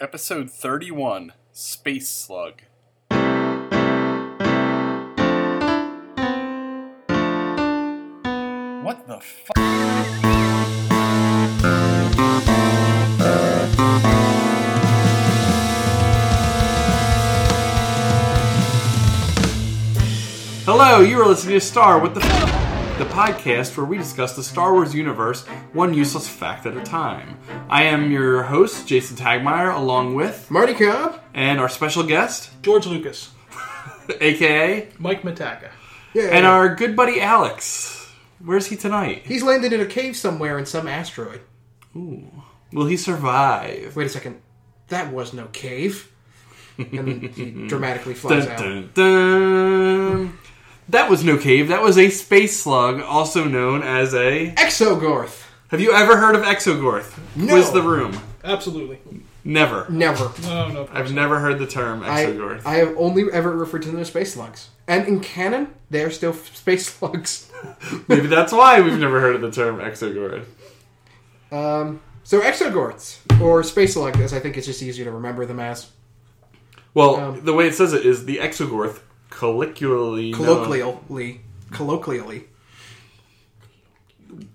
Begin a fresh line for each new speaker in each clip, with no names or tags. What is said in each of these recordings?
Episode 31 Space Slug. What the fuck?
Hello, you are listening to Star What the F- the podcast where we discuss the Star Wars universe one useless fact at a time. I am your host, Jason Tagmeyer, along with
Marty Cobb?
and our special guest,
George Lucas,
aka
Mike Mataka.
Yeah.
and our good buddy Alex. Where's he tonight?
He's landed in a cave somewhere in some asteroid.
Will he survive?
Wait a second. That was no cave. And he dramatically flies
Dun,
out.
dun, dun. That was no cave. That was a space slug, also known as a.
Exogorth!
Have you ever heard of Exogorth?
No.
Quiz the room.
Absolutely.
Never.
Never.
No, no.
I've never heard the term
I,
Exogorth.
I have only ever referred to them as space slugs. And in canon, they are still f- space slugs.
Maybe that's why we've never heard of the term exogorth.
Um, so exogorths, or space slug, as I think it's just easier to remember them as.
Well,
Um,
the way it says it is the exogorth colloquially known-
Colloquially. Colloquially.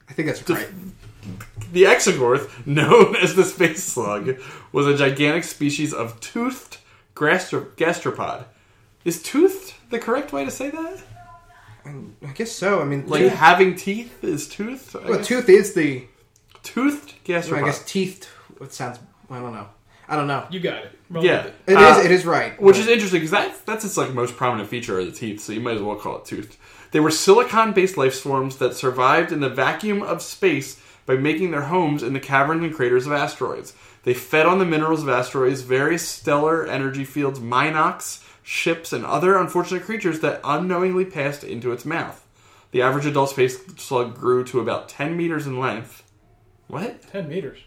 I think that's right.
the exogorth, known as the space slug, was a gigantic species of toothed gastro- gastropod. Is toothed the correct way to say that?
I guess so. I mean,
Like
tooth,
having teeth is toothed. I
well,
guess.
tooth is the
toothed gastropod.
I guess teeth. It sounds. I don't know. I don't know.
You got it. Roll
yeah,
with it.
It is.
Uh,
It is right.
Which is interesting because that's that's its like most prominent feature are the teeth, so you might as well call it toothed. They were silicon-based life forms that survived in the vacuum of space by making their homes in the caverns and craters of asteroids. They fed on the minerals of asteroids, various stellar energy fields, minox, ships, and other unfortunate creatures that unknowingly passed into its mouth. The average adult space slug grew to about 10 meters in length. What?
Ten meters.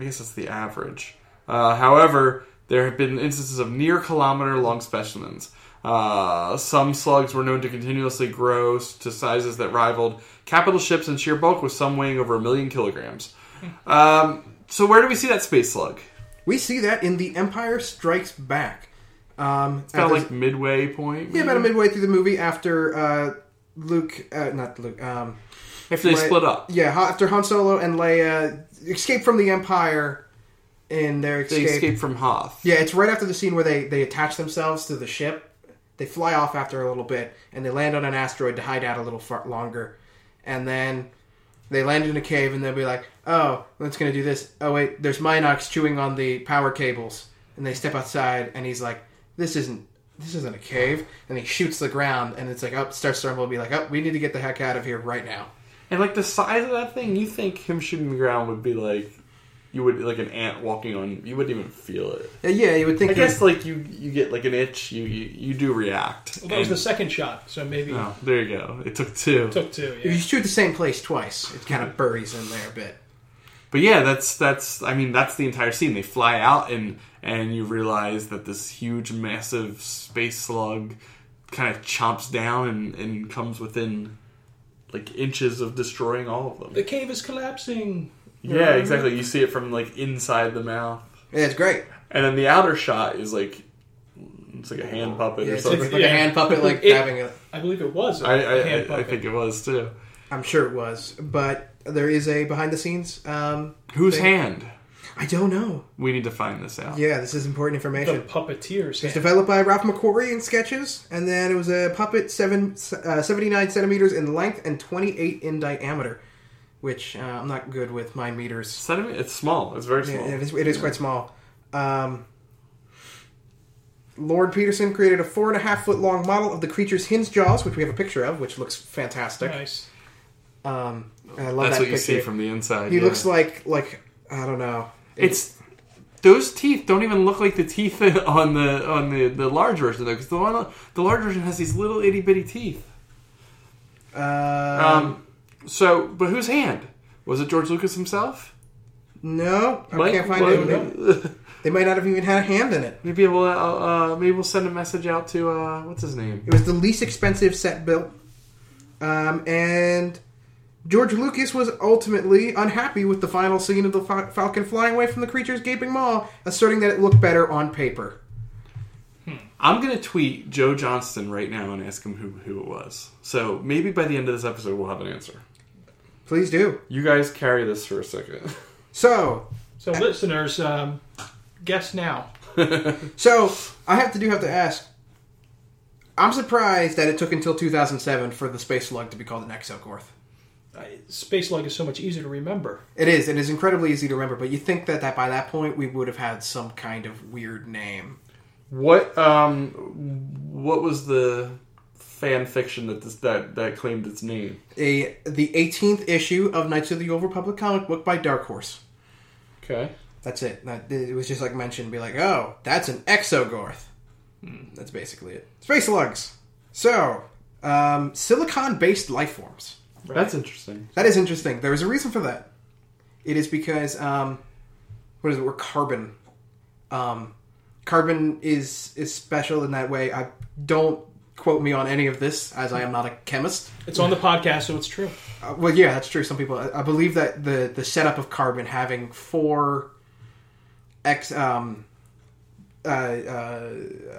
I guess that's the average. Uh, however, there have been instances of near kilometer long specimens. Uh, some slugs were known to continuously grow s- to sizes that rivaled capital ships in sheer bulk, with some weighing over a million kilograms. Um, so, where do we see that space slug?
we see that in The Empire Strikes Back. Um,
Kind
at
of
the-
like midway point.
yeah, about midway through the movie after uh, Luke, uh, not Luke. Um,
After they
Le-
split up,
Yeah, ha- after Han Solo and Leia escape from the Empire in their
they
escape.
escape from Hoth.
Yeah, it's right after the scene where they they attach themselves to the ship. They fly off after a little bit, and they land on an asteroid to hide out a little far longer, and then they land in a cave, and they'll be like, "Oh, let's gonna do this." Oh wait, there's Minox chewing on the power cables, and they step outside, and he's like, "This isn't." This isn't a cave, and he shoots the ground, and it's like, oh, starts to rumble, be like, oh, we need to get the heck out of here right now.
And like the size of that thing, you think him shooting the ground would be like you would like an ant walking on. You wouldn't even feel it.
Uh, Yeah, you would think.
I guess like you you get like an itch, you you, you do react.
Well, that was
And-
the second shot, so maybe
Oh, there you go. It took two.
took two.
if you
Yeah.
shoot the same place twice, it kind of buries in there a bit.
But yeah, that's that's I mean that's the entire scene. They fly out and and you realize that this huge massive space slug kind of chomps down and, and comes within like inches of destroying all of them.
The cave is collapsing.
Yeah, exactly. You see it from like inside the mouth.
Yeah, it's great.
And then the outer shot is like it's like a hand puppet
Yeah,
or
it's like,
something.
like a
Yeah.
hand puppet, like
It-
having a.
I believe it was. a
I, I,
hand
I, I
puppet.
think it was too.
I'm sure it was, but there is a behind the scenes. Um,
Whose
They-
hand?
I don't know.
We need to find this out.
Yeah, this is important
the
information.
puppeteers.
It's developed by Ralph McQuarrie in sketches, and then it was a puppet seven, uh, 79 centimeters in length and 28 in diameter, which uh, I'm not good with my meters.
Sediment- It's small. It's very
Yeah,
small.
it is, it is quite small. Um, Lord Peterson created a four and a half foot long model of the creature's hinge jaws, which we have a picture of, which looks fantastic.
Nice.
Um, I
That's
love that
what you
picture.
see from the inside.
He
yeah.
looks like like I don't know.
It's those teeth don't even look like the teeth on the on the, the large version though, because the one the large version has these little itty bitty teeth.
Um,
Um, so, but whose hand was it? George Lucas himself?
no, I
Mike?
can't find
Well,
it. They might not have even had a hand in it.
Maybe we'll uh, uh, maybe we'll send a message out to uh, what's his name?
It was the least expensive set built, um, and George Lucas was ultimately unhappy with the final scene of the Fal- Falcon flying away from the creature's gaping maw, asserting that it looked better on paper.
I'm gonna tweet Joe Johnston right now and ask him who, who it was. So maybe by the end of this episode we'll have an answer.
Please do.
You guys carry this for a second.
So,
So, listeners, um, guess now.
so I have to do have to ask. I'm surprised that it took until 2007 for the space slug to be called an exogorth.
Uh, Space lug is so much easier to remember.
It is. It is incredibly easy to remember, but you think that, that by that point we would have had some kind of weird name.
what um what was the fan fiction that this that, that claimed its name?
A the 18th issue of Knights of the Old Republic comic book by Dark Horse.
Okay.
That's it. That, it was just like mentioned, be like, oh, that's an exogorth. That's basically it. Space slugs. So, um, silicon-based life forms.
That's interesting.
That is interesting. There is a reason for that. It is because um, what is it? We're carbon. Um, carbon is is special in that way. I don't quote me on any of this, as I am not a chemist.
It's on the podcast, so it's true.
Uh, well, yeah, that's true. Some people, I, I believe that the the setup of carbon having four x um, uh, uh,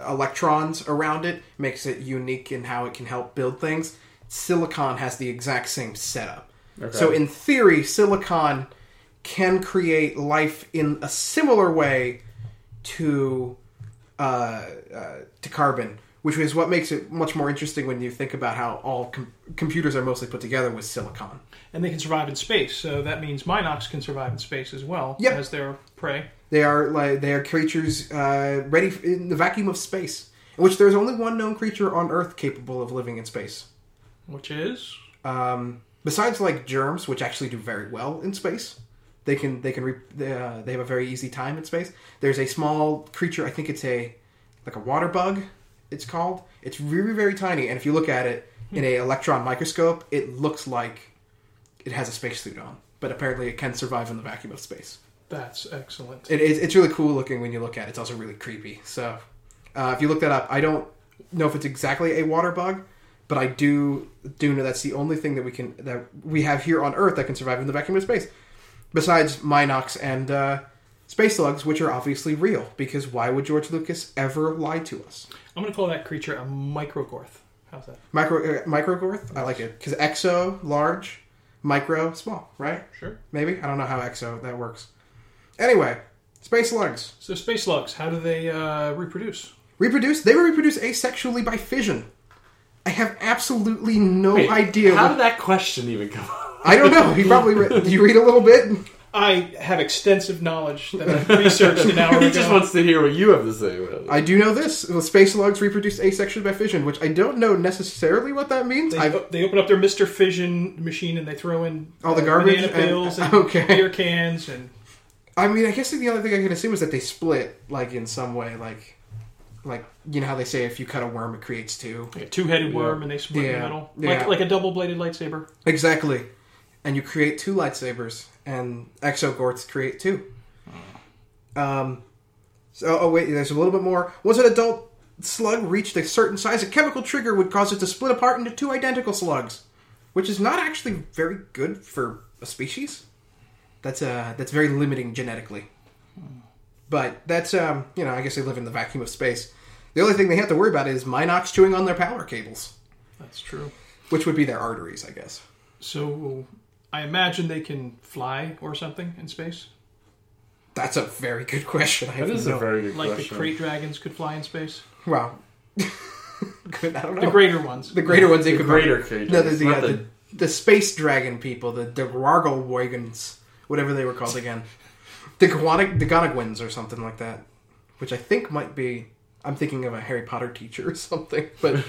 electrons around it makes it unique in how it can help build things. Silicon has the exact same setup. So in theory, silicon can create life in a similar way to uh, uh, to carbon, which is what makes it much more interesting when you think about how all com- computers are mostly put together with silicon.
And they can survive in space, so that means Minox can survive in space as well
Yep.
as their prey.
They are like they are creatures uh, ready f- in the vacuum of space, in which there is only one known creature on Earth capable of living in space.
Which is
Um, besides like germs, which actually do very well in space, they can they can re- they, uh, they have a very easy time in space. There's a small creature. I think it's a like a water bug. It's called. It's very very tiny, and if you look at it in a electron microscope, it looks like it has a spacesuit on. But apparently, it can survive in the vacuum of space.
that's excellent.
It is. It's really cool looking when you look at it. It's also really creepy. So, uh, if you look that up, I don't know if it's exactly a water bug, but I do do know that's the only thing that we can that we have here on Earth that can survive in the vacuum of space, besides Minox and uh, space slugs, which are obviously real. Because why would George Lucas ever lie to us?
I'm going to call that creature a microgorth. How's that?
Micro uh, microgorth. I like it because exo large, micro small. Right?
Sure.
Maybe I don't know how exo that works. Anyway, space slugs.
So space slugs, how do they uh, reproduce?
Reproduce? They were reproduced asexually by fission. I have absolutely no idea.
How
what-
did that question even come up?
I don't know. He probably read. Do you read a little bit?
I have extensive knowledge that I've researched an hour
He
ago.
just wants to hear what you have to say about it.
I do know this. Well, space slugs reproduce asexually by fission, which I don't know necessarily what that means.
they,
I've,
they open up their Mr. Fission machine and they throw in
All the garbage
banana
and-
peels and,
okay.
beer cans and
I mean, I guess the only thing I can assume is that they split, like in some way, like, like you know how they say if you cut a worm, it creates two.
like a two-headed worm and they split in
Yeah.
the middle,
Yeah.
like like a double-bladed lightsaber.
Exactly. And you create two lightsabers, and exogorths create two. Um, so, oh wait, there's a little bit more. Once an adult slug reached a certain size, a chemical trigger would cause it to split apart into two identical slugs, which is not actually very good for a species. That's uh, that's very limiting genetically. But that's um, you know, I guess they live in the vacuum of space. The only thing they have to worry about is Minox chewing on their power cables,
That's true.
which would be their arteries, I guess.
So I imagine they can fly or something in space,
That's a very good question. I have
that is
no-
a very good
like the
question.
crate dragons could fly in space.
wow. Good, I don't know.
The greater ones.
Oh. The greater ones, they could
greater cage.
No, the, the,
Not
uh, the, the space dragon people, the the Wargalwagans, whatever they were called again, the Guanic, the Gonagwins or something like that, which I think might be. I'm thinking of a Harry Potter teacher or something, but.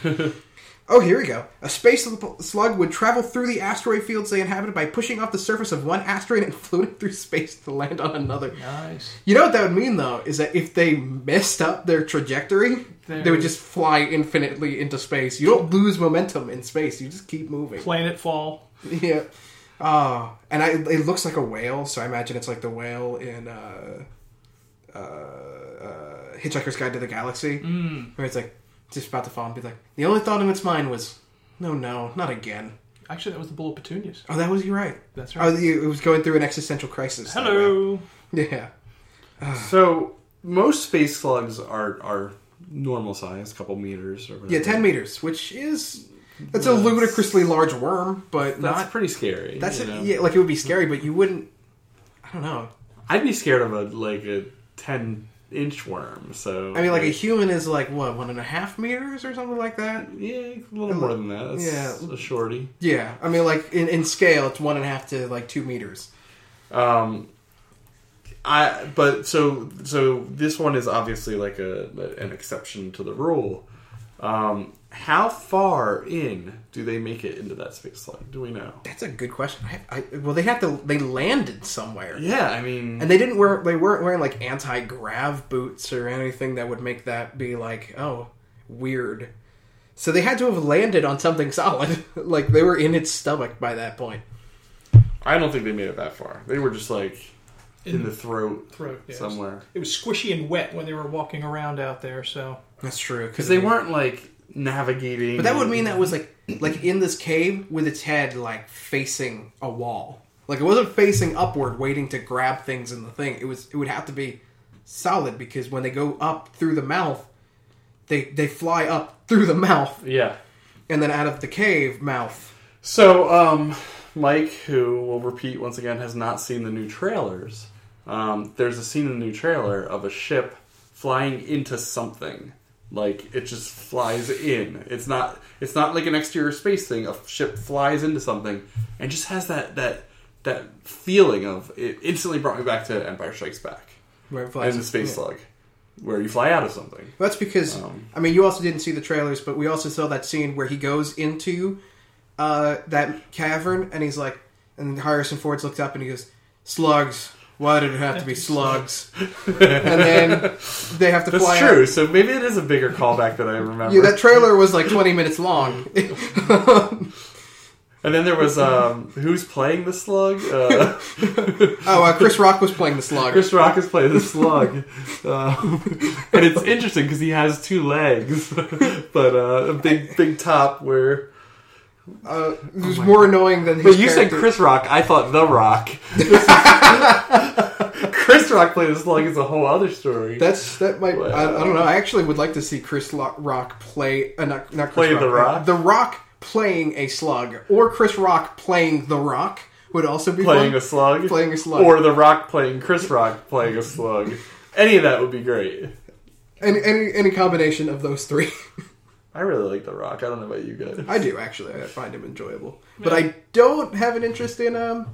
Oh, here we go. A space sl- slug would travel through the asteroid fields they inhabited by pushing off the surface of one asteroid and floating through space to land on another.
Nice.
You know what that would mean though is that if they messed up their trajectory,
There
they would
is-
just fly infinitely into space. You don't lose momentum in space; you just keep moving.
Planet fall.
yeah. Oh, and I, it looks like a whale, so I imagine it's like the whale in uh, uh, uh, Hitchhiker's Guide to the Galaxy,
Mm.
where it's like just about to fall and be like, the only thought in its mind was, "No, no, not again."
Actually, that was the bull of petunias.
Oh, that was you right.
That's right.
Oh, you, it was going through an existential crisis. that way.
Hello.
Yeah.
So most space slugs are are normal size, couple meters or whatever.
Yeah, ten meters, which is that's a ludicrously large worm, but
That's
not.
pretty scary.
That's
you
it
know?
yeah, like it would be scary, but you wouldn't. I don't know.
I'd be scared of a like a ten inch worm. So
I mean, like a human is like what one and a half meters or something like that.
yeah, a little more than that. That's
Yeah.
a shorty.
Yeah, I mean, like in, in scale, it's one and a half to like two meters.
Um, I but so so this one is obviously like a an exception to the rule. Um, how far in do they make it into that space slug? Do we know?
That's a good question. I, I, well, they had to. They landed somewhere,
Yeah, I mean,
and they didn't wear. They weren't wearing like anti grav boots or anything that would make that be like oh weird. So they had to have landed on something solid. like they were in its stomach by that point.
I don't think they made it that far. They were just like in,
In
the throat,
Throat. yeah.
somewhere
It was squishy and wet when they were walking around out there. So
That's true
because they weren't like navigating.
But that would mean that was like like in this cave with its head like facing a wall. Like it wasn't facing upward, waiting to grab things in the thing. It was it would have to be solid because when they go up through the mouth, they they fly up through the mouth
yeah.
and then out of the cave mouth.
So, um, Mike, who will repeat once again, has not seen the new trailers. Um, there's a scene in the new trailer of a ship flying into something. Like it just flies in. It's not. It's not like an exterior space thing. A ship flies into something and just has that that that feeling of it. Instantly brought me back to Empire Strikes Back
Where it flies.
and the space
Yeah.
slug, where you fly out of something.
That's because
Um,
I mean you also didn't see the trailers, but we also saw that scene where he goes into uh, that cavern and he's like, and Harrison Ford's looked up and he goes, "Slugs. Why did it have to be slugs?" and then they have to
That's
fly.
true.
Out.
So maybe it is a bigger callback than I remember.
Yeah, that trailer was like twenty minutes long.
And then there was um, who's playing the slug? Uh,
oh, uh, Chris Rock was playing the slug.
Chris Rock is playing the slug, um, and it's interesting because he has two legs, but uh, a big big top. Where
uh, it was more annoying than. His
Oh but you said
character.
Chris Rock, I thought The Rock. This is- Chris Rock playing the slug is a whole other story.
That's that might. I, I
Wow.
don't know. I actually would like to see Chris Lo- Rock play. Uh, not not Chris
Play The Rock?
The Rock playing a slug, or Chris Rock playing The Rock would also be
playing
fun.
a slug,
Playing a slug.
or The Rock playing Chris Rock playing a slug. Any of that would be great.
any, any any combination of those three.
I really like The Rock. I don't know about you guys.
I do actually. I find him enjoyable, but I don't have an interest in um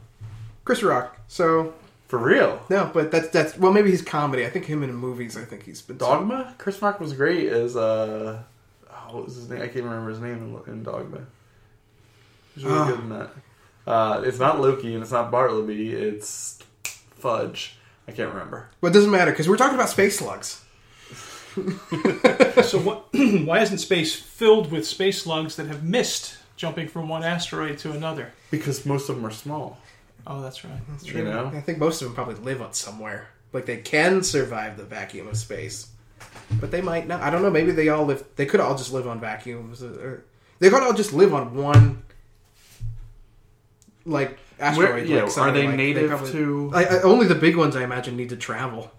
Chris Rock. So
For real.
no, but that's that's well maybe his comedy. I think him in movies. I think he's been
Dogma. Chris Rock was great as uh, oh, what was his name? I can't remember his name in, in Dogma. He's really
Ah.
good in that. Uh, it's not Loki and it's not Bartleby. It's Fudge. I can't remember.
But it doesn't matter because we're talking about space slugs.
so what, why isn't space filled with space slugs that have missed jumping from one asteroid to another?
Because most of them are small.
Oh, that's right.
You know.
I think most of them probably live on somewhere. Like they can survive the vacuum of space, but they might not. I don't know. Maybe they all live. They could all just live on vacuums. Or, they could all just live on one, like asteroid.
Where-
like,
yeah, are
something
they
like-
native to-
I, I, only the big ones, I imagine, need to travel.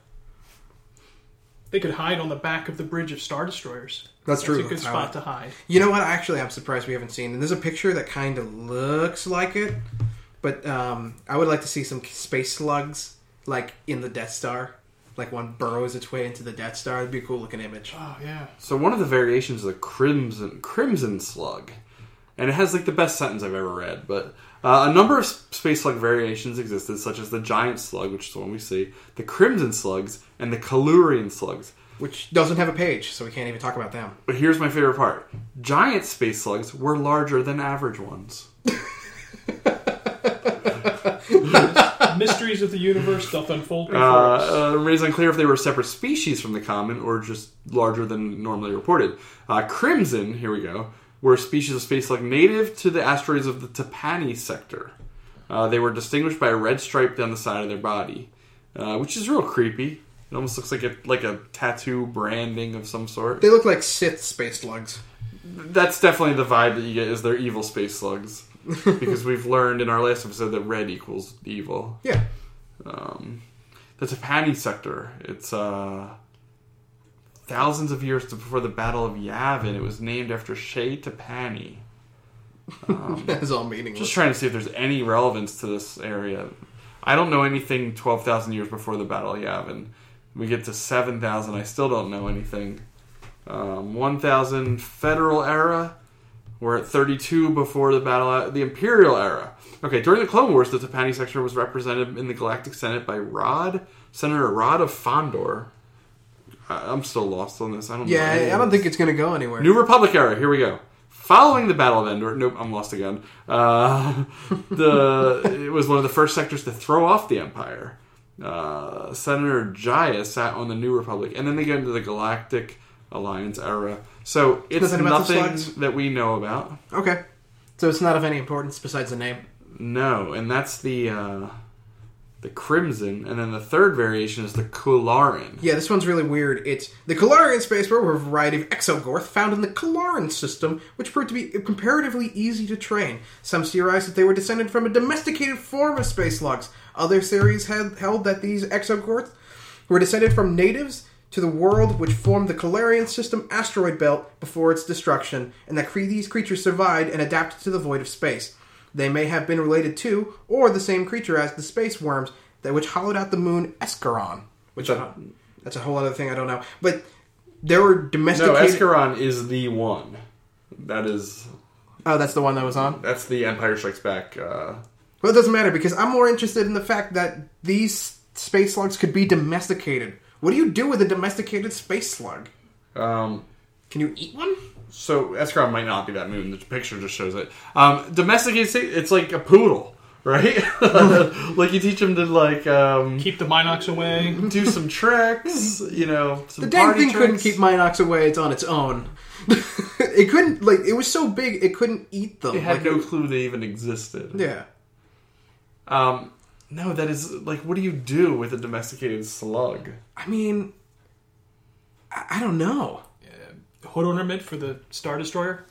They could hide on the back of the bridge of Star Destroyers.
That's true.
It's a good
that's how
spot
I-
to hide.
You know what? Actually, I'm surprised we haven't seen. And there's a picture that kind of looks like it, but um, I would like to see some space slugs like in the Death Star, like one burrows its way into the Death Star. It'd be a cool looking image.
Oh, yeah.
So one of the variations is a crimson crimson slug, and it has like the best sentence I've ever read. But uh, a number of s- space slug variations existed, such as the giant slug, which is the one we see, the crimson slugs, and the Silurian slugs.
Which doesn't have a page, so we can't even talk about them.
But here's my favorite part: giant space slugs were larger than average ones.
Mysteries of the universe, they'll unfold before us.
Uh, uh, it is unclear if they were separate species from the common or just larger than normally reported. Uh, crimson, here we go, were a species of space slug native to the asteroids of the Tapani sector. Uh, they were distinguished by a red stripe down the side of their body, uh, which is real creepy. It almost looks like a like a tattoo branding of some sort.
They look like Sith space slugs.
That's definitely the vibe that you get is they're evil space slugs. because we've learned in our last episode that red equals evil.
Yeah.
Um, the Tapani sector. It's uh, thousands of years before the Battle of Yavin. It was named after Shea Tapani.
That's all meaningless.
Just trying to see if there's any relevance to this area. I don't know anything 12,000 years before the Battle of Yavin. We get to 7,000, I still don't know anything. Um, 1,000 Federal Era. We're at 32 before the Battle, the Imperial Era. Okay, during the Clone Wars, the Tapani sector was represented in the Galactic Senate by Rod, Senator Rod of Fandor. I, I'm still lost on this. I don't. know any
yeah, I
of
don't
this.
think it's going to go anywhere.
New Republic era. Here we go. Following the Battle of Endor, nope, I'm lost again. Uh, the it was one of the first sectors to throw off the Empire. Uh, Senator Jaya sat on the New Republic, and then they get into the Galactic Alliance era. So it's
Nothing about the
nothing
slugs?
that we know about.
okay. So it's not of any importance besides the name.
No, and that's the uh, the Crimson, and then the third variation is the Kularin.
Yeah, this one's really weird. It's the Kalarian space where were a variety of exogorth found in the Kalaran system, which proved to be comparatively easy to train. Some theorized that they were descended from a domesticated form of space logs. Other theories had held that these exogorth were descended from natives to the world which formed the Kalarian system asteroid belt before its destruction, and that cre- these creatures survived and adapted to the void of space. They may have been related to, or the same creature as the space worms that which hollowed out the moon Escaron, which I don't- that's a whole other thing I don't know. But there were
No,
domesticated.
Escaron is the one. That is
oh, that's the one that was on.
that's the Empire Strikes Back. Uh,
Well, it doesn't matter because I'm more interested in the fact that these space slugs could be domesticated. What do you do with a domesticated space slug?
um,
Can you eat one?
So Escaron might not be that moon. The picture just shows it. Um, domesticated, sa- it's like a poodle, right? like you teach him to like um,
Keep the Minox away.
do some tricks, you know. Some
The dang
party
thing couldn't
tricks.
keep Minox away. It's on its own. it couldn't like it was so big it couldn't eat them.
They had
like,
no clue they even existed.
yeah.
Um, no, that is like, what do you do with a domesticated slug?
I mean, I, I don't know.
Hood ornament for the Star Destroyer.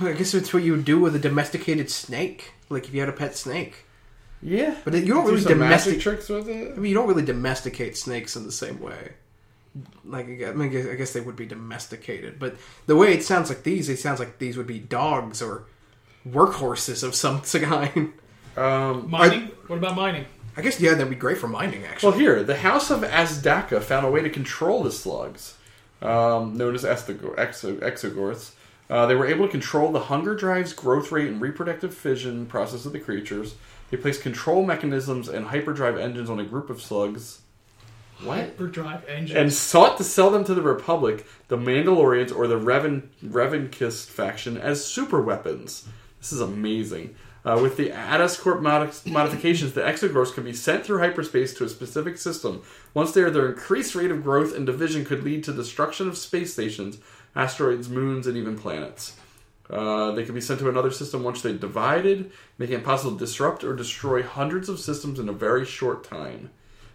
I guess it's what you would do with a domesticated snake. Like if you had a pet snake.
Yeah,
But you don't
do
really
some magic
domestic-
tricks with it.
I mean, you don't really domesticate snakes in the same way. Like, I guess- I, mean, I guess- I guess they would be domesticated, but the way it sounds like these, it sounds like these would be dogs or workhorses of some kind.
Um,
Mining. what about mining?
I guess yeah, that'd be great for mining, actually.
Well, here, the House of Azdaka found a way to control the slugs, um, known as Esthagor- Exo- Exogorths. Uh, they were able to control the hunger drive's growth rate and reproductive fission process of the creatures. They placed control mechanisms and hyperdrive engines on a group of slugs. What?
Hyperdrive engine.
And sought to sell them to the Republic, the Mandalorians, or the Revan Revankist faction as super weapons. This is amazing. Uh, with the Addis Corp modi- modifications, the Exogorphs can be sent through hyperspace to a specific system. Once there, their increased rate of growth and division could lead to destruction of space stations, asteroids, moons, and even planets. Uh, they could be sent to another system once they divided, making it possible to disrupt or destroy hundreds of systems in a very short time.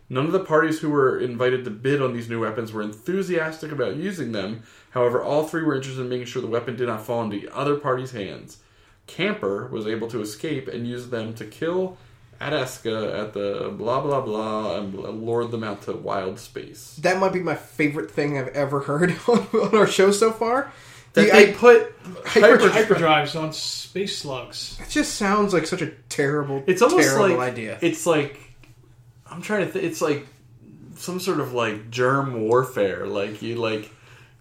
None of the parties who were invited to bid on these new weapons were enthusiastic about using them. However, all three were interested in making sure the weapon did not fall into the other party's hands. Camper was able to escape and use them to kill Adaska at the blah blah blah and lured them out to wild space.
that might be my favorite thing I've ever heard on, on our show so far.
That
The-
they
I-
put
Hyper-
Hyperdrives on space slugs.
it just sounds like such a terrible,
It's almost
terrible
like
idea.
it's like I'm trying to. Th- it's like some sort of like germ warfare. Like you like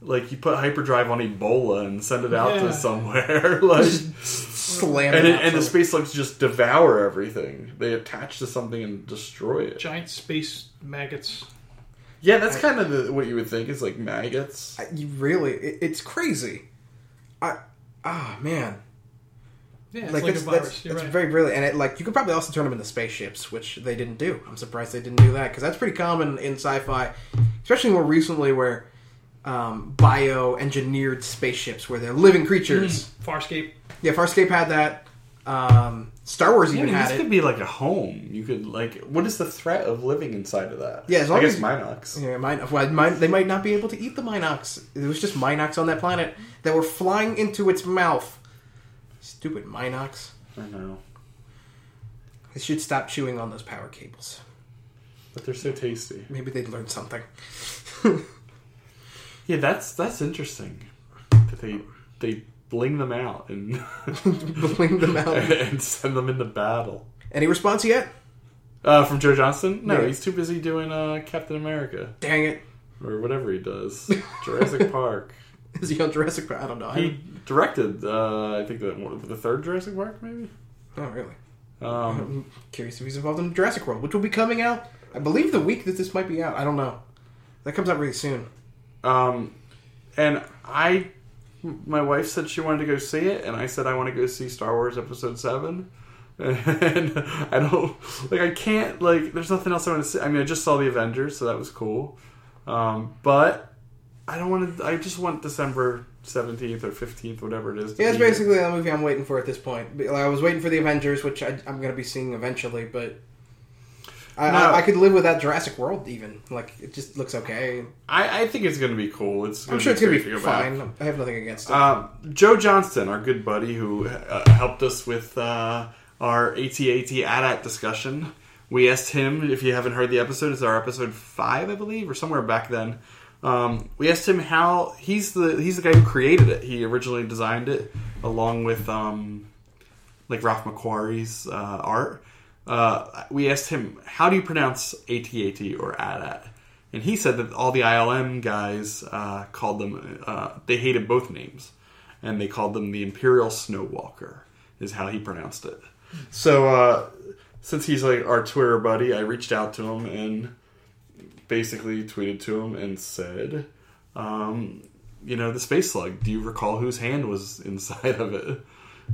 like you put hyperdrive on Ebola and send it out
Yeah.
to somewhere. like
Slam
and
it
it,
out
and the
from-
space slugs just devour everything. They attach to something and destroy it.
Giant space maggots.
Yeah, that's kind of the, what you would think is like maggots.
I- you really, it, it's crazy. I ah man.
Yeah, it's
like,
like,
that's,
a virus.
that's,
You're
that's
right.
very brilliant, and it, like you could probably also turn them into spaceships, which they didn't do. I'm surprised they didn't do that because that's pretty common in sci-fi, especially more recently where um, bio-engineered spaceships where they're living creatures.
Farscape.
Yeah, Farscape had that. Um, Star Wars even
I mean,
had
this
it.
could be like a home. You could like, what is the threat of living inside of that?
Yeah, as long
I guess
as-
Minox.
Yeah, mine, well, mine, they might not be able to eat the Minox. It was just Minox on that planet that were flying into its mouth. Stupid Minox.
I know,
They should stop chewing on those power cables.
but they're so tasty.
Maybe they'd learn something.
Yeah, that's that's interesting. That they they bling them out and
Bling them out.
and send them into battle.
Any response yet?
Uh, from Joe Johnston? No,
Yeah.
he's too busy doing uh, Captain America
Dang it.
or whatever he does. Jurassic Park.
Is he on Jurassic Park? I don't know. I
He directed, uh, I think, the, what, the third Jurassic Park, maybe.
Oh, really?
Um,
I'm curious if he's involved in Jurassic World, which will be coming out, I believe, the week that this might be out. I don't know. That comes out really soon.
Um, and I, my wife said she wanted to go see it, and I said I want to go see Star Wars Episode Seven. And I don't like I can't like. There's nothing else I want to see. I mean, I just saw the Avengers, so that was cool. Um, but I don't want to. I just want December seventeenth or fifteenth, whatever it is. to
Yeah, it's
be-
basically the movie I'm waiting for at this point. But, like, I was waiting for the Avengers, which I, I'm going to be seeing eventually, but I,
No.
I, I could live without Jurassic World even. Like, it just looks okay.
I, I think it's gonna be cool. It's. Gonna
I'm sure it's going
great
to be
go back.
fine. I have nothing against it.
Um, Joe Johnston, our good buddy who uh, helped us with uh, our ATAT ADAT discussion, we asked him, if you haven't heard the episode, it's our episode 5, I believe, or somewhere back then. Um, we asked him how he's the he's the guy who created it. He originally designed it along with um, like Ralph McQuarrie's uh, art. Uh, we asked him, "How do you pronounce ATAT or ADAT?" And he said that all the ILM guys uh, called them. Uh, they hated both names, and they called them the Imperial Snowwalker. Is how he pronounced it. So uh, since he's like our Twitter buddy, I reached out to him and basically tweeted to him and said, um, "You know, the space slug. Do you recall whose hand was inside of it?"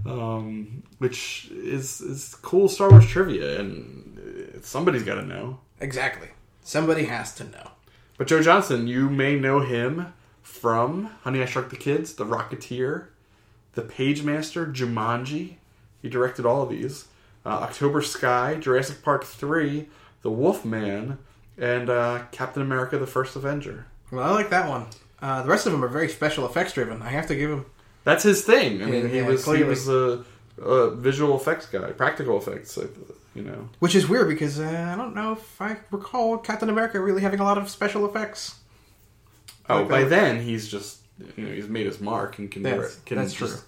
um, which is is cool Star Wars trivia, and uh, somebody's got to know.
exactly. Somebody has to know.
But Joe Johnson, you may know him from Honey I Shrunk the Kids, The Rocketeer, The Pagemaster, Jumanji. He directed all of these: uh, October Sky, Jurassic Park Three, The Wolfman, and uh, Captain America: The First Avenger.
Well, I like that one. Uh, the rest of them are very special effects driven. I have to give them.
That's his thing. I mean,
Yeah,
he
yeah,
was
clearly.
he was a, a visual effects guy, practical effects, like, you know.
Which is weird because uh, I don't know if I recall Captain America really having a lot of special effects.
Oh,
Okay.
by then he's just you know he's made his mark and can
That's,
direct. Can
that's
just-
true.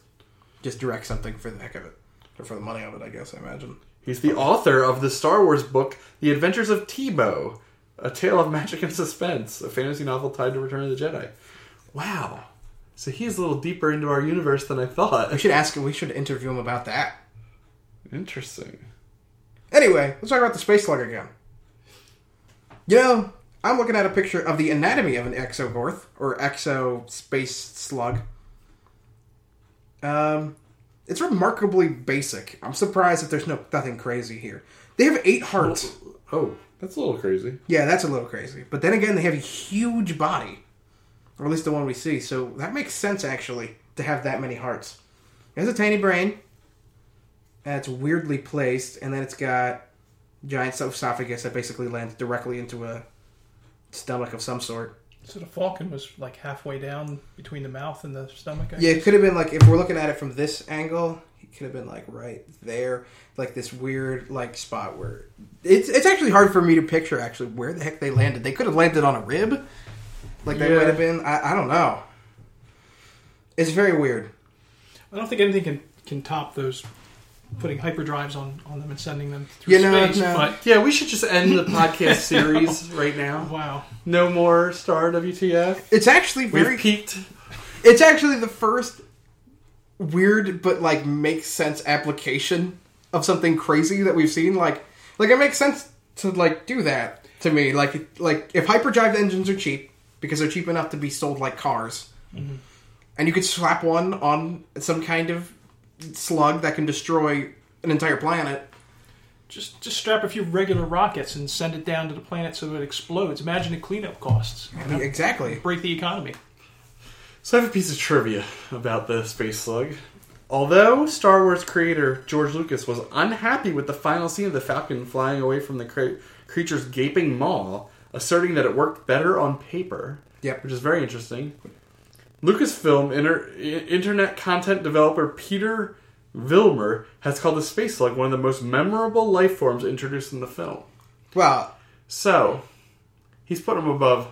Just direct something for the heck of it, or for the money of it, I guess. I imagine.
He's the author of the Star Wars book, The Adventures of Tebow, a tale of magic and suspense, a fantasy novel tied to Return of the Jedi. Wow. So he's a little deeper into our universe than I
We
thought.
should ask him. We should interview him about that.
Interesting.
Anyway, let's talk about the space slug again. You know, I'm looking at a picture of the anatomy of an exogorth or exo space slug. Um, it's remarkably basic. I'm surprised that there's no nothing crazy here. They have eight hearts.
Oh, that's a little crazy.
Yeah, that's a little crazy. But then again, they have a huge body, or at least the one we see. So that makes sense actually to have that many hearts. It has a tiny brain. And it's weirdly placed, and then it's got giant esophagus that basically lands directly into a stomach of some sort.
So the falcon was like halfway down between the mouth and the stomach. I
Yeah, it could have been like if we're looking at it from this angle, it could have been like right there, like this weird like spot where it's it's actually hard for me to picture actually where the heck they landed. They could have landed on a rib, like they
Yeah.
might have been. I, I don't know. It's very weird.
I don't think anything can, can top those putting hyperdrives on, on them and sending them through
You know,
space.
no.
But
Yeah, we should just end the podcast series right now.
wow,
No more Star WTF.
It's actually very.
We've peaked.
It's actually the first weird but like makes sense application of something crazy that we've seen. Like, like it makes sense to like do that to me. Like, like if hyperdrive engines are cheap because they're cheap enough to be sold like cars, and you could slap one on some kind of slug that can destroy an entire planet.
just just strap a few regular rockets and send it down to the planet so it explodes. Imagine the cleanup costs.
I mean, exactly.
Break the economy.
So I have a piece of trivia about the space slug. Although Star Wars creator George Lucas was unhappy with the final scene of the Falcon flying away from the cre- creature's gaping maw, asserting that it worked better on paper,
Yep.
which is very interesting. Lucasfilm inter- i- internet content developer Peter Vilmer has called the space slug one of the most memorable life forms introduced in the film.
Well,
So, he's put him above.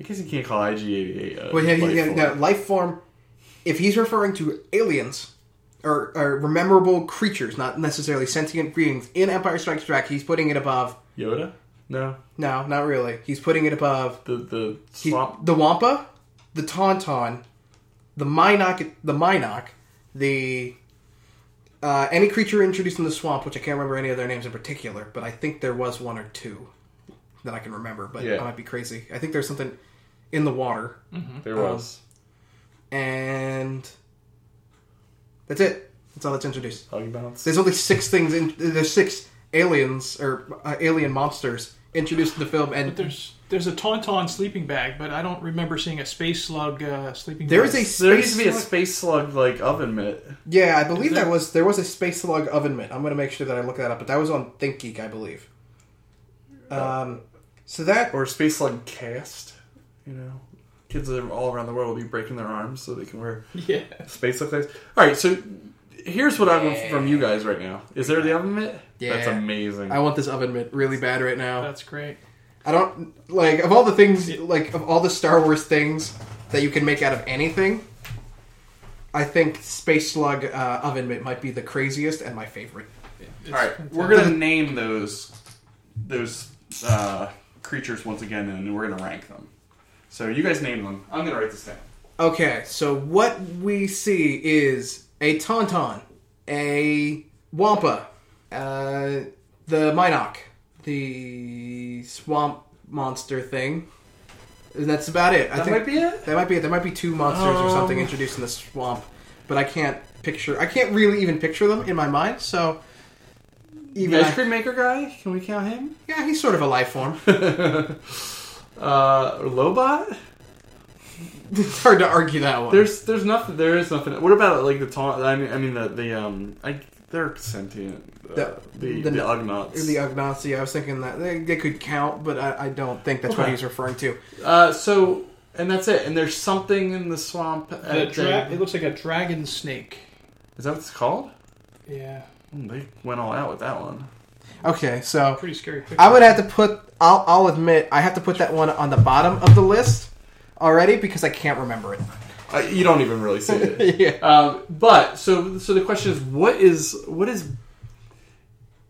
I guess you can't call IG88 a
but he-
life
he-
form.
no, life form. If he's referring to aliens or, or memorable creatures, not necessarily sentient beings, in Empire Strikes Back, he's putting it above.
Yoda? No,
No, not really. He's putting it above
the the
He-
swamp.
the Wampa, the Tauntaun, the Minoc, the Minoc, the uh, any creature introduced in the swamp, which I can't remember any of their names in particular, but I think there was one or two that I can remember, but
Yeah.
I might be crazy. I think there's something in the water,
there
Oh.
was.
and that's it. That's all that's introduced.
Hug bounce.
There's only six things in. There's six aliens or uh, alien monsters introduced in the film, and
But there's there's a Tauntaun sleeping bag, but I don't remember seeing a space slug uh, sleeping.
there
bag.
is a
there used
space
to be a
slug-
space slug like oven mitt.
Yeah, I believe that was there was a space slug oven mitt. I'm gonna make sure that I look that up, but that was on ThinkGeek, I believe. Um, so that
Or space slug cast. You know, kids that are all around the world will be breaking their arms so they can wear
yeah.
space slug things. All right, so here's what I want from you guys right now. Is there the oven mitt? That's
Yeah.
amazing.
I want this oven mitt really bad right now.
That's great.
I don't like of all the things like of all the Star Wars things that you can make out of anything. I think space slug uh, oven mitt might be the craziest and my favorite.
All right, we're gonna name those those uh, creatures once again, and we're gonna rank them. So you guys name them. I'm gonna write this down.
Okay, so what we see is a Tauntaun, a Wampa, uh, the Minoc, the swamp monster thing. And that's about it. I
That
think
might be it.
that might be it. There might be two monsters or something
Um.
introduced in the swamp, but I can't picture. I can't really even picture them in my mind. So
The
even
ice
I-
cream maker guy. Can we count him?
yeah, he's sort of a life form.
Uh, Lobot.
it's hard to argue that one.
There's there's nothing. There is nothing. What about like the taunt? I mean, I mean the the um. I they're sentient. Uh,
The-
the the,
the-
Ugnaughts.
the Ugnaughts. Yeah, I was thinking that they, they could count, but I, I don't think that's what
Okay.
he's referring to.
uh, so and that's it. And there's something in the swamp. at
The
the-
dra- it looks like a dragon snake.
is that what it's called?
Yeah,
Mm, They went all out with that one.
Okay, so
pretty scary. Picture.
I would have to put. I'll, I'll admit, I have to put that one on the bottom of the list already because I can't remember it.
Uh, you don't even really see it.
yeah.
Um, but so so the question is, what is what is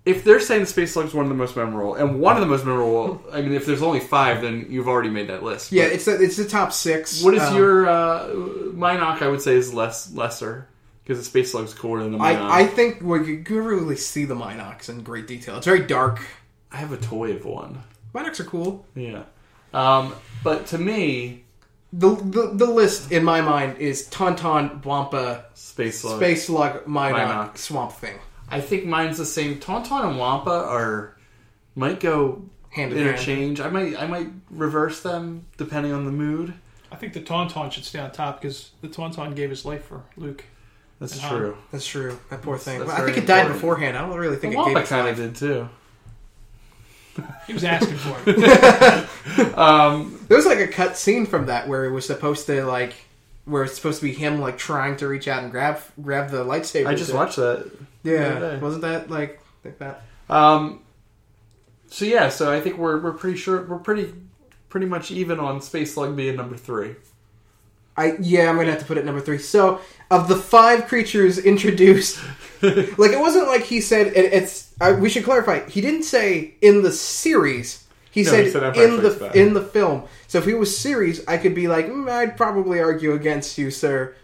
if they're saying the space slug is one of the most memorable and one of the most memorable? I mean, if there's only five, then you've already made that list.
Yeah,
But
it's the, it's the top six.
what is
Um,
your uh, Minoc? I would say is less lesser because the space slug's cooler than the Minoc.
I, I think well, you can really see the Minox in great detail. It's very dark.
I have a toy of one.
Minox are cool.
Yeah. Um, but to me,
The, the the list in my mind is Tauntaun, Wampa,
space slug.
Space Slug, Minoc,
Minoc.
Swamp Thing.
I think mine's the same. Tauntaun and Wampa are might go
Hand in hand.
interchange. I might I might reverse them depending on the mood.
I think the Tauntaun should stay on top because the Tauntaun gave his life for Luke.
That's
Uh-huh.
And Han.
true.
That's true. That poor thing.
that's
Well, I
very
think it died
important.
beforehand. I don't really think
The
it gave
Wampa
its
kind
life.
of did too.
He was asking for it.
Um,
There was like a cut scene from that where it was supposed to like where it's supposed to be him like trying to reach out and grab grab the lightsaber.
I just
to-
watched that. the other
Yeah,
day.
wasn't that like like that?
Um, so yeah, so I think we're we're pretty sure we're pretty pretty much even on Space Slug being number three.
I yeah, I'm gonna have to put it number three. So of the five creatures introduced, like it wasn't like he said it, it's. I, we should clarify. He didn't say in the series. He
No,
said,
he said Empire
in the
Strikes Back.
in the film. So if it was series, I could be like, "Mm, I'd probably argue against you, sir.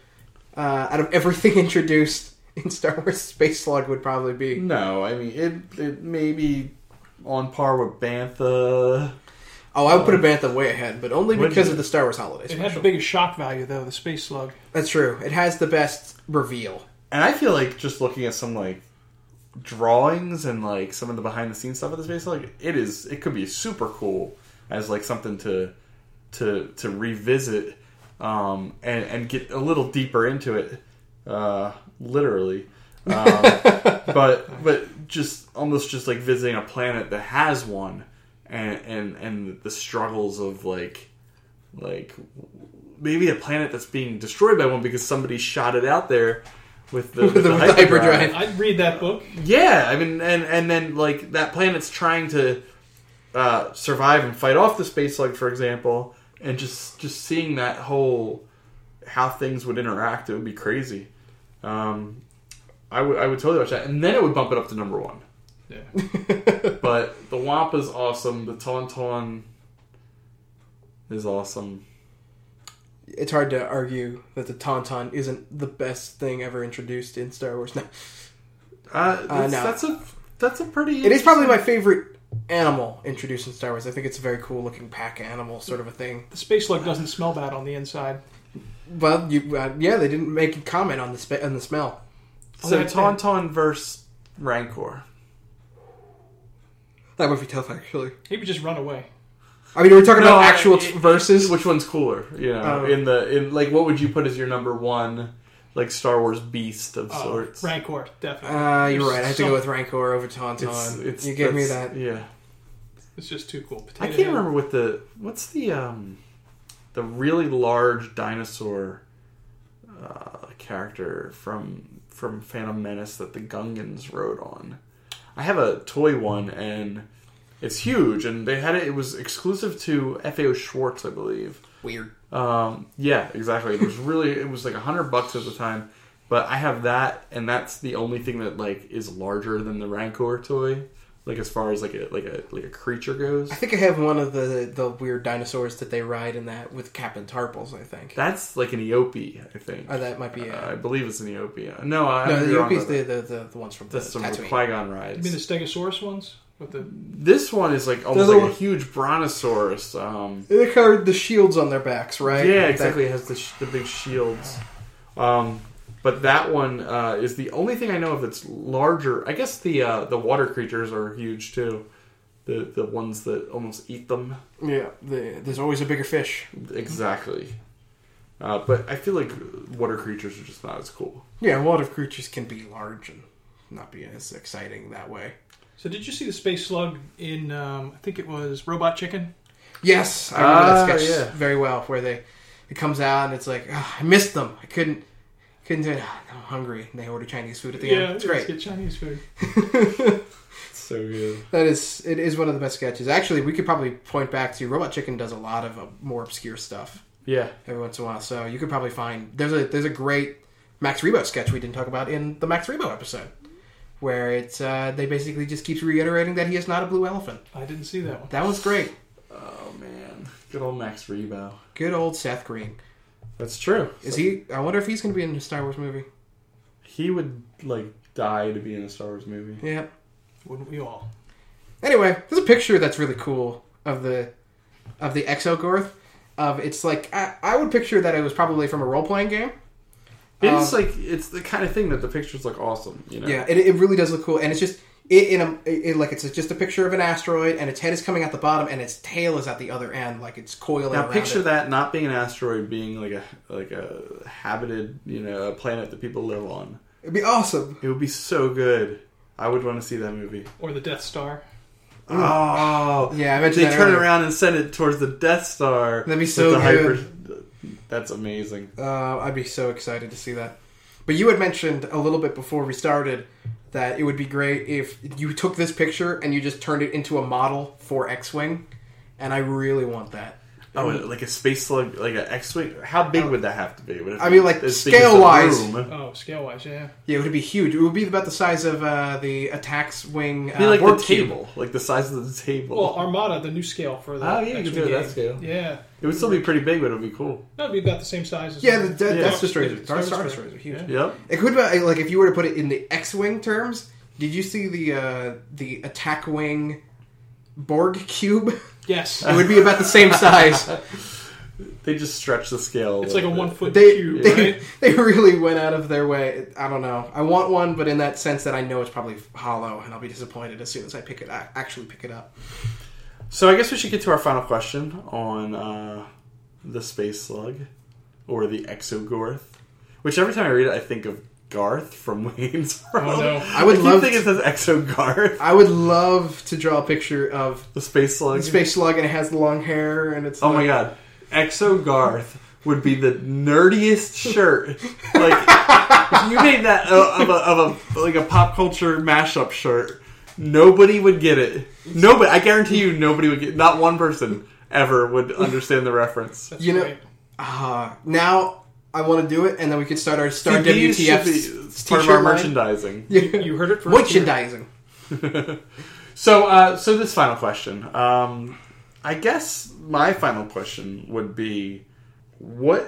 Uh, out of everything introduced in Star Wars, Space Slug would probably be
No, I mean it it may be on par with Bantha.
Oh, I would
Uh,
put a Bantha way ahead, but only
Would
because
you?
of the Star Wars holiday
It had the
special.
biggest shock value though. The space slug.
That's true. It has the best reveal.
And I feel like just looking at some like drawings and like some of the behind the scenes stuff of the Space Slug, it is it could be super cool as like something to to to revisit um, and and get a little deeper into it, uh, literally. Um, but but just almost just like visiting a planet that has one, and and and the struggles of like like maybe a planet that's being destroyed by one because somebody shot it out there with the, with
the-
the
with the hyperdrive.
I'd read that book.
Yeah, I mean, and and then like that planet's trying to uh, survive and fight off the space slug, for example, and just just seeing that whole how things would interact, it would be crazy. Um, I would I would totally watch that, and then it would bump it up to number one.
Yeah.
But the Wampa's awesome. The Tauntaun is awesome.
It's hard to argue that the Tauntaun isn't the best thing ever introduced in Star Wars. No.
Uh, that's,
no.
that's a that's a pretty.
It is probably my favorite animal introduced in Star Wars. I think it's a very cool looking pack animal sort of a thing.
The space lug doesn't smell bad on the inside.
Well, you uh, yeah, they didn't make a comment on the spe- on the smell.
so
I'd say-
Tauntaun versus Rancor.
That would be tough, actually.
He would just run away.
I mean, we're talking
No,
about actual
it-
t-
it-
verses.
Which one's cooler? You know,
Um,
in the in like what would you put as your number one like Star Wars beast of
Oh,
Uh,
sorts?
Rancor, definitely.
Uh, you're right. I have to
Some-
go with Rancor over Tauntaun.
It's, it's,
you gave me
that's-
that.
Yeah,
It's just too cool. Potato
I can't
head.
remember what the what's the um the really large dinosaur uh, character from from Phantom Menace that the Gungans rode on. I have a toy one and it's huge and they had it. It was exclusive to FAO Schwartz, I believe.
Weird.
Um, yeah, exactly. It was really it was like a hundred bucks at the time, but I have that, and that's the only thing that like is larger than the Rancor toy, like as far as like a like a like a creature goes.
I think I have one of the the weird dinosaurs that they ride in that with cap and tarpals. I think.
That's like an Eope, I think. Uh,
Oh, that might be it.
I believe it's an Eopia. No, I
no,
no,
the Yopi's the, the, the the ones from
that's
the
some
Tatooine.
Qui Gon
You mean the
rides.
Stegosaurus ones? With the
This one is like almost
the
like a
one-
huge brontosaurus. Um,
They covered the shields on their backs, right?
Yeah,
That-
exactly. It has the, sh- the big shields. Um, but that one uh, is the only thing I know of that's larger. I guess the uh, the water creatures are huge too. The the ones that almost eat them.
yeah, the, there's always a bigger fish.
Exactly. Uh, but I feel like water creatures are just not as cool.
Yeah, a lot of creatures can be large and not be as exciting that way.
so did you see the space slug in um, I think it was Robot Chicken?
Yes, I remember
Ah,
that sketch
yeah.
very well. Where they it comes out and it's like "Ah, I missed them. I couldn't couldn't do it. Ah, I'm hungry. And they order Chinese food at the end. It's
let's
great.
Get Chinese food.
So good.
That is it is one of the best sketches. Actually, we could probably point back to Robot Chicken does a lot of uh, more obscure stuff
Yeah.
every once in a while. So you could probably find there's a there's a great Max Rebo sketch we didn't talk about in the Max Rebo episode. Where it's uh, they basically just keeps reiterating that he is not a blue elephant.
I didn't see that one.
That was great.
Oh man, good old Max Rebo.
Good old Seth Green.
That's true.
Is he? I wonder if he's going to be in a Star Wars movie.
He would like die to be in a Star Wars movie.
Yeah.
Wouldn't we all?
Anyway, there's a picture that's really cool of the of the Exogorth. Of it's like I, I would picture that it was probably from a role playing game.
It's like it's the kind of thing that the pictures look awesome. You know.
Yeah, it, it really does look cool, and it's just it in a it, like it's just a picture of an asteroid, and its head is coming out the bottom, and its tail is at the other end, like it's coiling.
Now
around
picture
it.
that not being an asteroid, being like a like a habited, you know, a planet that people live on.
It'd be awesome.
It would be so good. I would want to see that movie.
Or the Death Star?
Oh,
Yeah, I mentioned
they
that
turn
earlier.
around and send it towards the Death Star.
That'd be
with
so
the
good.
hyper- That's amazing.
Uh, I'd be so excited to see that. But you had mentioned a little bit before we started that it would be great if you took this picture and you just turned it into a model for X-wing, and I really want that.
Oh, and like a space slug, like an X-wing. How big would that have to be? Would it
I
be
mean, like,
as big as the
scale-wise.
room?
Oh, scale wise, yeah.
Yeah, it would be huge. It would be about the size of uh, the attack's wing. Uh,
Be like
Borg
the
cube.
table, like the size of the table.
Well, Armada, the new scale for the.
Oh, yeah, you
X-Wing
could do it that
game.
scale.
Yeah,
it would still be pretty big, but it would be cool.
that would be about the same size as.
Yeah, that, that,
Yeah.
that's just razor. Star,
Star
Star
Destroyers.
Destroyers are huge.
Yeah.
Yep.
It could be like if you were to put it in the X-wing terms. Did you see the uh, the attack wing Borg cube?
Yes,
It would be about the same size.
They just stretch the scale.
it's like a
little
one
bit.
foot
They
cube,
they,
right?
they really went out of their way. I don't know. I want one, but in that sense that I know it's probably hollow, and I'll be disappointed as soon as I pick it. I actually pick it up.
So I guess we should get to our final question on uh, the space slug or the exogorth, which every time I read it, I think of Garth from Wayne's World.
Oh, no.
I
would
keep
love
thinking it says exogarth,
I would love to draw a picture of
the space slug.
the space slug, and it has the long hair, and it's
oh my
like-
god, exogarth would be the nerdiest shirt. Like if you made that o- of a, of a like a pop culture mashup shirt, nobody would get it. Nobody, I guarantee you, nobody would get. Not one person ever would understand the reference.
That's
You know-
great.
Uh, now I want to do it, and then we can start our start
These should
WTF
be
's
part of
t-shirt
our
line.
merchandising.
You- you heard it first.
Merchandising.
So, uh, so this final question. Um, I guess my final question would be, what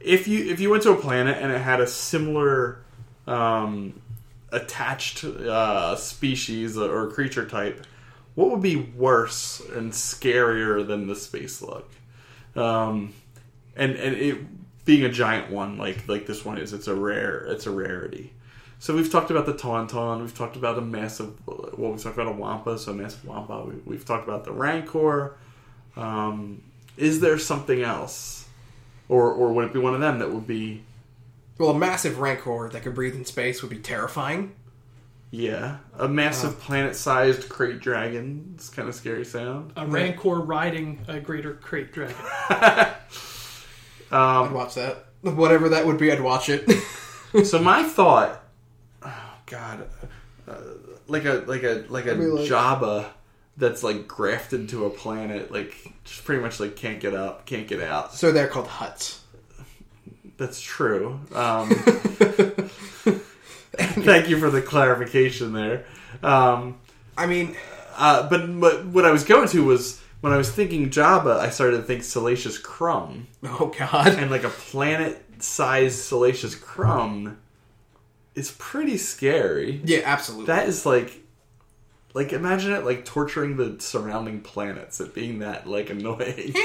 if you if you went to a planet and it had a similar um, attached uh, species or creature type? What would be worse and scarier than the space slug? Um, and and it being a giant one like like this one is, it's a rare, it's a rarity. So we've talked about the Tauntaun, we've talked about a massive, well, we've talked about a Wampa, so a massive Wampa, we, we've talked about the Rancor. Um, is there something else? Or, or would it be one of them that would be,
Well, a massive rancor that could breathe in space would be terrifying.
yeah, a massive planet sized crate dragon? It's kind of scary sound.
A rancor riding a greater crate dragon. Um,
I'd watch that. Whatever that would be, I'd watch it.
so my thought, oh god, uh, like a like a like a
mean, like-
Jabba that's like grafted to a planet, like just pretty much like can't get up, can't get out.
so they're called huts.
That's true. Um, thank you for the clarification there. Um,
I mean,
uh, but, but what I was going to was when I was thinking Jabba, I started to think Salacious Crumb
oh god.
and like a planet-sized Salacious Crumb is pretty scary.
Yeah, absolutely.
That is like, like imagine it like torturing the surrounding planets. It being that like annoying.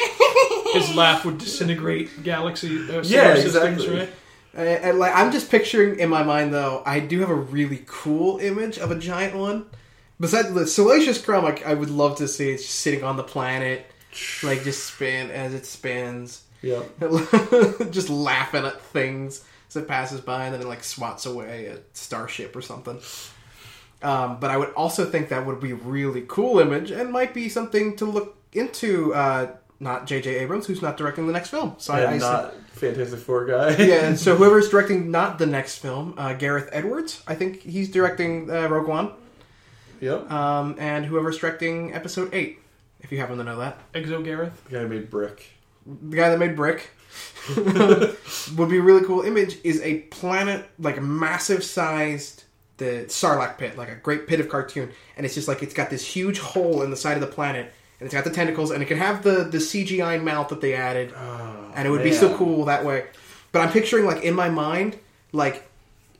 His laugh would disintegrate galaxy uh, solar
Yeah,
systems,
exactly.
right?
I, I, Uh, like, I'm just picturing in my mind though. I do have a really cool image of a giant one. Besides the Salacious Crumb, like, I would love to see it just sitting on the planet, like just spin as it spins,
yeah.
just laughing at things as it passes by, and then it like swats away a starship or something. Um, but I would also think that would be a really cool image and might be something to look into. Uh, not J.J. Abrams, who's not directing the next film, so I, I
And not Fantastic Four guy.
yeah, and so whoever's directing not the next film, uh, Gareth Edwards, I think he's directing uh, Rogue One,
Yep.
um, and whoever's directing Episode Eight, if you happen to know that,
Exo Gareth.
the guy made Brick.
the guy that made Brick, would be a really cool image. Is a planet like a massive sized the Sarlacc pit, like a great pit of cartoon, and it's just like it's got this huge hole in the side of the planet, and it's got the tentacles, and it can have the the CGI mouth that they added.
Ah.
and it would be so
Oh, Man.
cool that way. But I'm picturing like in my mind, like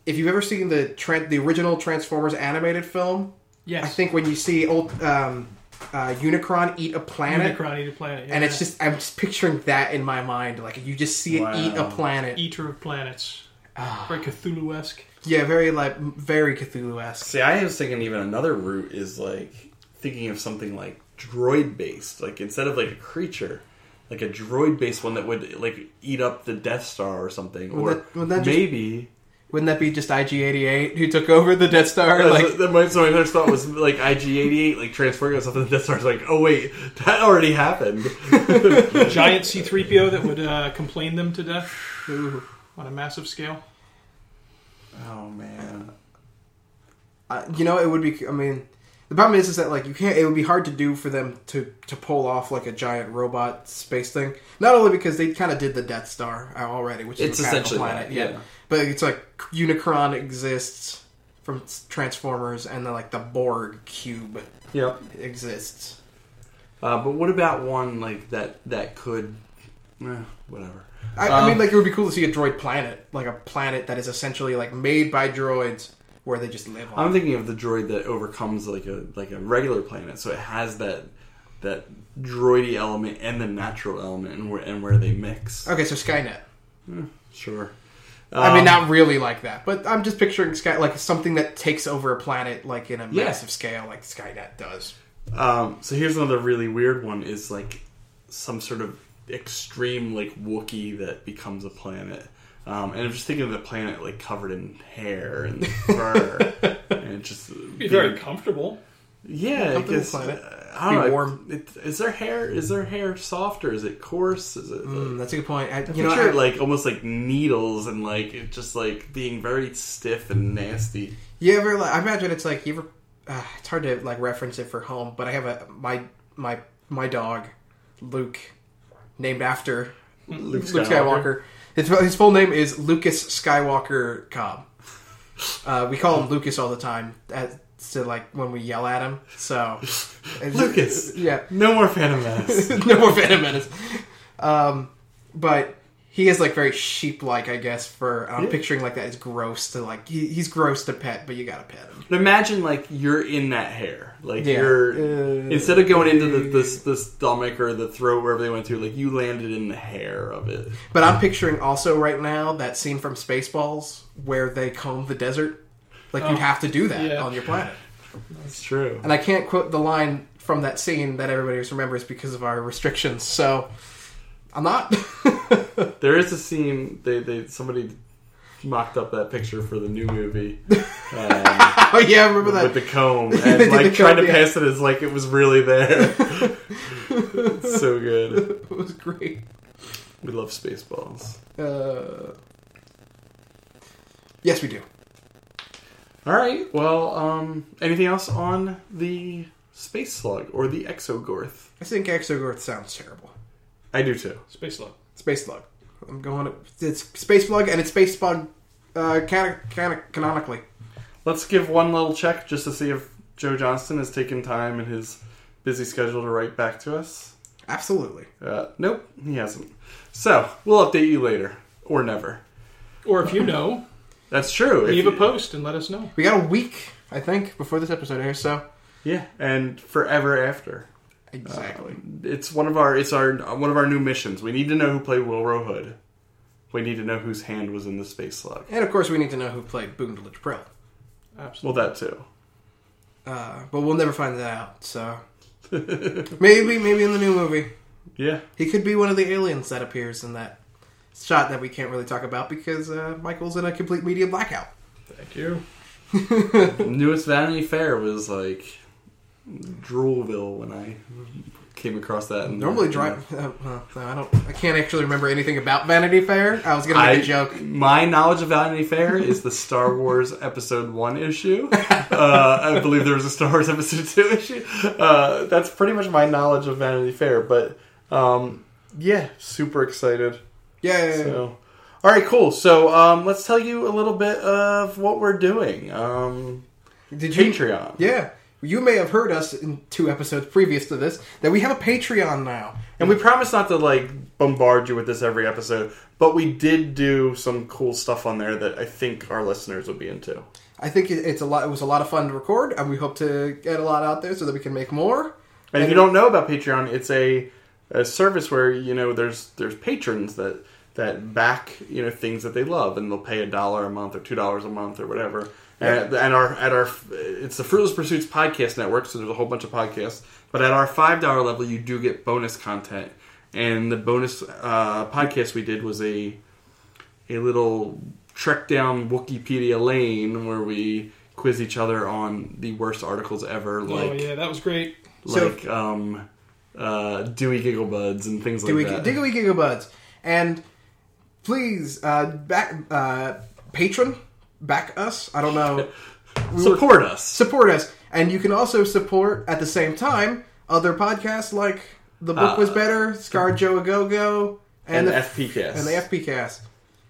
if you've ever seen the tran the original Transformers animated film,
Yes.
I think when you see old um, uh, Unicron eat a planet,
Unicron eat a planet.
and it's
yeah.
just I'm just picturing that in my mind, like you just see it
Wow.
eat a planet.
eater of planets.
Ah.
Very Cthulhu esque.
Yeah, very like very Cthulhu esque.
See, I was thinking even another route is like thinking of something like droid based, like instead of like a creature, like a droid based one that would like eat up the Death Star or something, or
that- would that just-
maybe
Wouldn't that be just IG88 who took over the Death Star?
That's
Like
what- that might. So my first thought was like IG88, like transferring itself to the Death Star. It's like, oh wait, that already happened. Oh,
Giant C3PO that would uh, complain them to death
ooh.
on a massive scale.
oh man,
Uh, you know, it would be. I mean, the problem is, is that like you can't. It would be hard to do for them to to pull off like a giant robot space thing. Not only because they kind of did the Death Star already, which
It's
is a mechanical
essentially
planet,
that,
yeah.
yeah.
But it's like Unicron exists from Transformers, and then like the Borg cube
yep.
exists.
Uh, but what about one like that that could, eh, whatever.
I, I mean, like it would be cool to see a droid planet, like a planet that is essentially like made by droids, where they just live on.
I'm thinking of the droid that overcomes like a like a regular planet, so it has that that droidy element and the natural element, and where and where they mix.
Okay, so Skynet.
Sure.
I mean,
Um,
not really like that, but I'm just picturing sky like something that takes over a planet, like in a
Yeah.
massive scale, like Skynet does.
Um, so here's another really weird one: is like some sort of extreme like Wookiee that becomes a planet. Um, and I'm just thinking of the planet like covered in hair and fur, and just
Be very comfortable.
yeah, I
Comfortable
guess.
planet.
uh, I
Be
don't know.
warm.
It, is their hair is their hair soft or is it coarse? Is it
Mm, that's a good point. I, you
you
know,
picture it
I-
like almost like needles and like it just like being very stiff and nasty.
you ever? Like, I imagine it's like you ever. Uh, it's hard to like reference it for home, but I have a my my my dog, Luke, named after Luke Skywalker. His, his full name is Lucas Skywalker Cobb. Uh, we call him Lucas all the time. As, to like when we yell at him. So
Lucas.
yeah.
No more Phantom Menace.
no more Phantom Menace. Um, but he is like very sheep-like, I guess. For I'm picturing like that is gross to like he, he's gross to pet, but you gotta pet him.
But imagine like you're in that hair, like
Yeah.
you're
Uh,
instead of going into the, the the stomach or the throat wherever they went to, like you landed in the hair of it.
But I'm picturing also right now that scene from Spaceballs where they comb the desert. Like
Oh,
you'd have to do that
yeah.
on your planet.
That's true.
And I can't quote the line from that scene that everybody just remembers because of our restrictions. So I'm not. Oh,
There is a scene they they somebody mocked up that picture for the new movie. Um,
oh yeah, I remember that.
with the comb
They did
and like
the
trying
comb,
to
yeah.
pass it as like it was really there. It's so good.
it was great.
We love Spaceballs.
Uh, yes, we do.
All right. Well, um, anything else on the space slug or the exogorth?
I think Exogorth sounds terrible.
I do too.
Space Love.
Space Slug. I'm going. It's Space Slug, and it's Space Slug uh, can, can, canonically.
Let's give one little check just to see if Joe Johnston has taken time in his busy schedule to write back to us.
Absolutely.
Uh, nope, he hasn't. So we'll update you later or never.
Or if you know,
That's true. If
leave a
you-
post and let us know.
We got a week, I think, before this episode airs. So
Yeah, and forever after.
exactly.
It's one of our it's our one of our new missions. We need to know who played Wilro Hood. We need to know whose hand was in the space slug.
and of course, we need to know who played Boondalich Prill.
Absolutely.
Well, that too.
Uh, but we'll never find that out. So maybe, maybe in the new movie,
Yeah,
he could be one of the aliens that appears in that shot that we can't really talk about because uh, Michael's in a complete media blackout.
Thank you.
newest Vanity Fair was like Droolville when I came across that. in the-
Normally,
Mm-hmm.
drive. Uh, well, no, I don't. I can't actually remember anything about Vanity Fair. I was gonna
I
make a joke.
My knowledge of Vanity Fair is the Star Wars Episode One issue. Uh, I believe there was a Star Wars Episode Two issue. Uh, that's pretty much my knowledge of Vanity Fair. But um, yeah, super excited.
Yeah.
So, all right, cool. So um, let's tell you a little bit of what we're doing. Um,
Did you?
Patreon.
Yeah. You may have heard us in two episodes previous to this that we have a Patreon now.
And we promise not to like bombard you with this every episode, but we did do some cool stuff on there that I think our listeners would be into.
I think it- it's a lot. It was a lot of fun to record, and we hope to get a lot out there so that we can make more.
And if you don't know about Patreon, it's a, a service where you know there's there's patrons that that back you know things that they love, and they'll pay a dollar a month or two dollars a month or whatever. And, and our at our it's the Fruitless Pursuits podcast network, so there's a whole bunch of podcasts. But at our five dollar level, you do get bonus content, and the bonus uh, podcast we did was a a little trek down Wikipedia lane where we quiz each other on the worst articles ever, like
oh yeah, that was great.
So-
like um, uh, Dewey Giggle Buds and things like
Diggory
that.
Diggory Gigabuds, and please, uh, back uh, patron, back us. I don't know.
Support us.
support us, and you can also support at the same time other podcasts like The Book Was
Uh,
Better, Scar Joe A Go Go,
And,
and, the
FPcast,
and the FP Cast.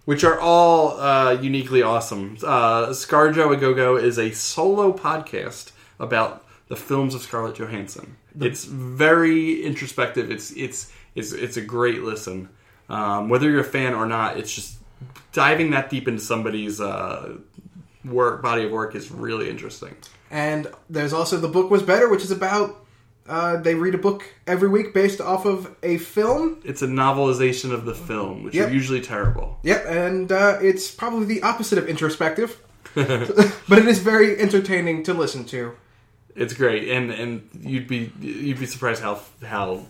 which are all uh, uniquely awesome. Uh, Scarjo Agogo is a solo podcast about the films of Scarlett Johansson. it's very introspective. It's it's it's it's a great listen. Um, whether you're a fan or not, it's just diving that deep into somebody's uh, work body of work is really interesting.
And there's also The Book Was Better, which is about uh, they read a book every week based off of a film.
It's a novelization of the film, which
Yep.
are usually terrible.
Yep, and uh, it's probably the opposite of introspective, but it is very entertaining to listen to.
It's great, and and you'd be you'd be surprised how how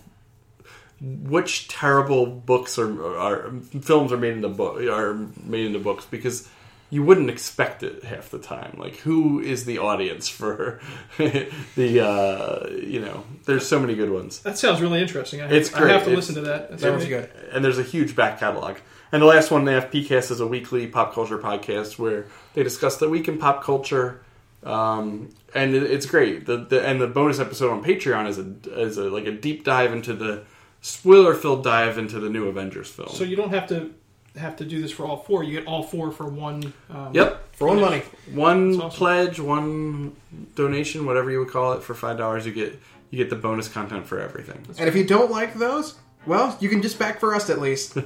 which terrible books are are films are made into book are made into books because you wouldn't expect it half the time. Like, who is the audience for the, uh, you know, there's so many good ones.
That sounds really interesting. I,
It's
I have
great.
to
It's-
listen to that. That's
That one's
great.
good.
And there's a huge back catalog. And the last one they have, PCAST, is a weekly pop culture podcast where they discuss the week in pop culture. Um, and it, it's great. The, the and the bonus episode on Patreon is a is a, like a deep dive into the spoiler filled dive into the new Avengers film.
So you don't have to have to do this for all four. You get all four for one. Um,
yep,
For one money.
one
awesome.
pledge, one donation, whatever you would call it, for five dollars, you get you get the bonus content for everything.
And if you don't like those, well, you can just back for us at least,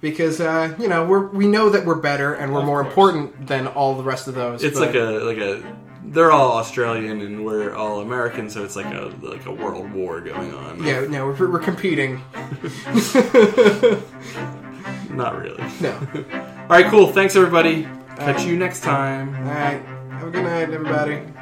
because uh, you know we're we know that we're better and we're
Of
more
course.
important than all the rest of those.
It's
but-
like a like a they're all Australian and we're all American, so it's like a like a world war going on.
yeah, no, we're, we're competing.
not really.
No,
All right, cool. Thanks everybody. Catch you next time.
all right. Have a good night, everybody.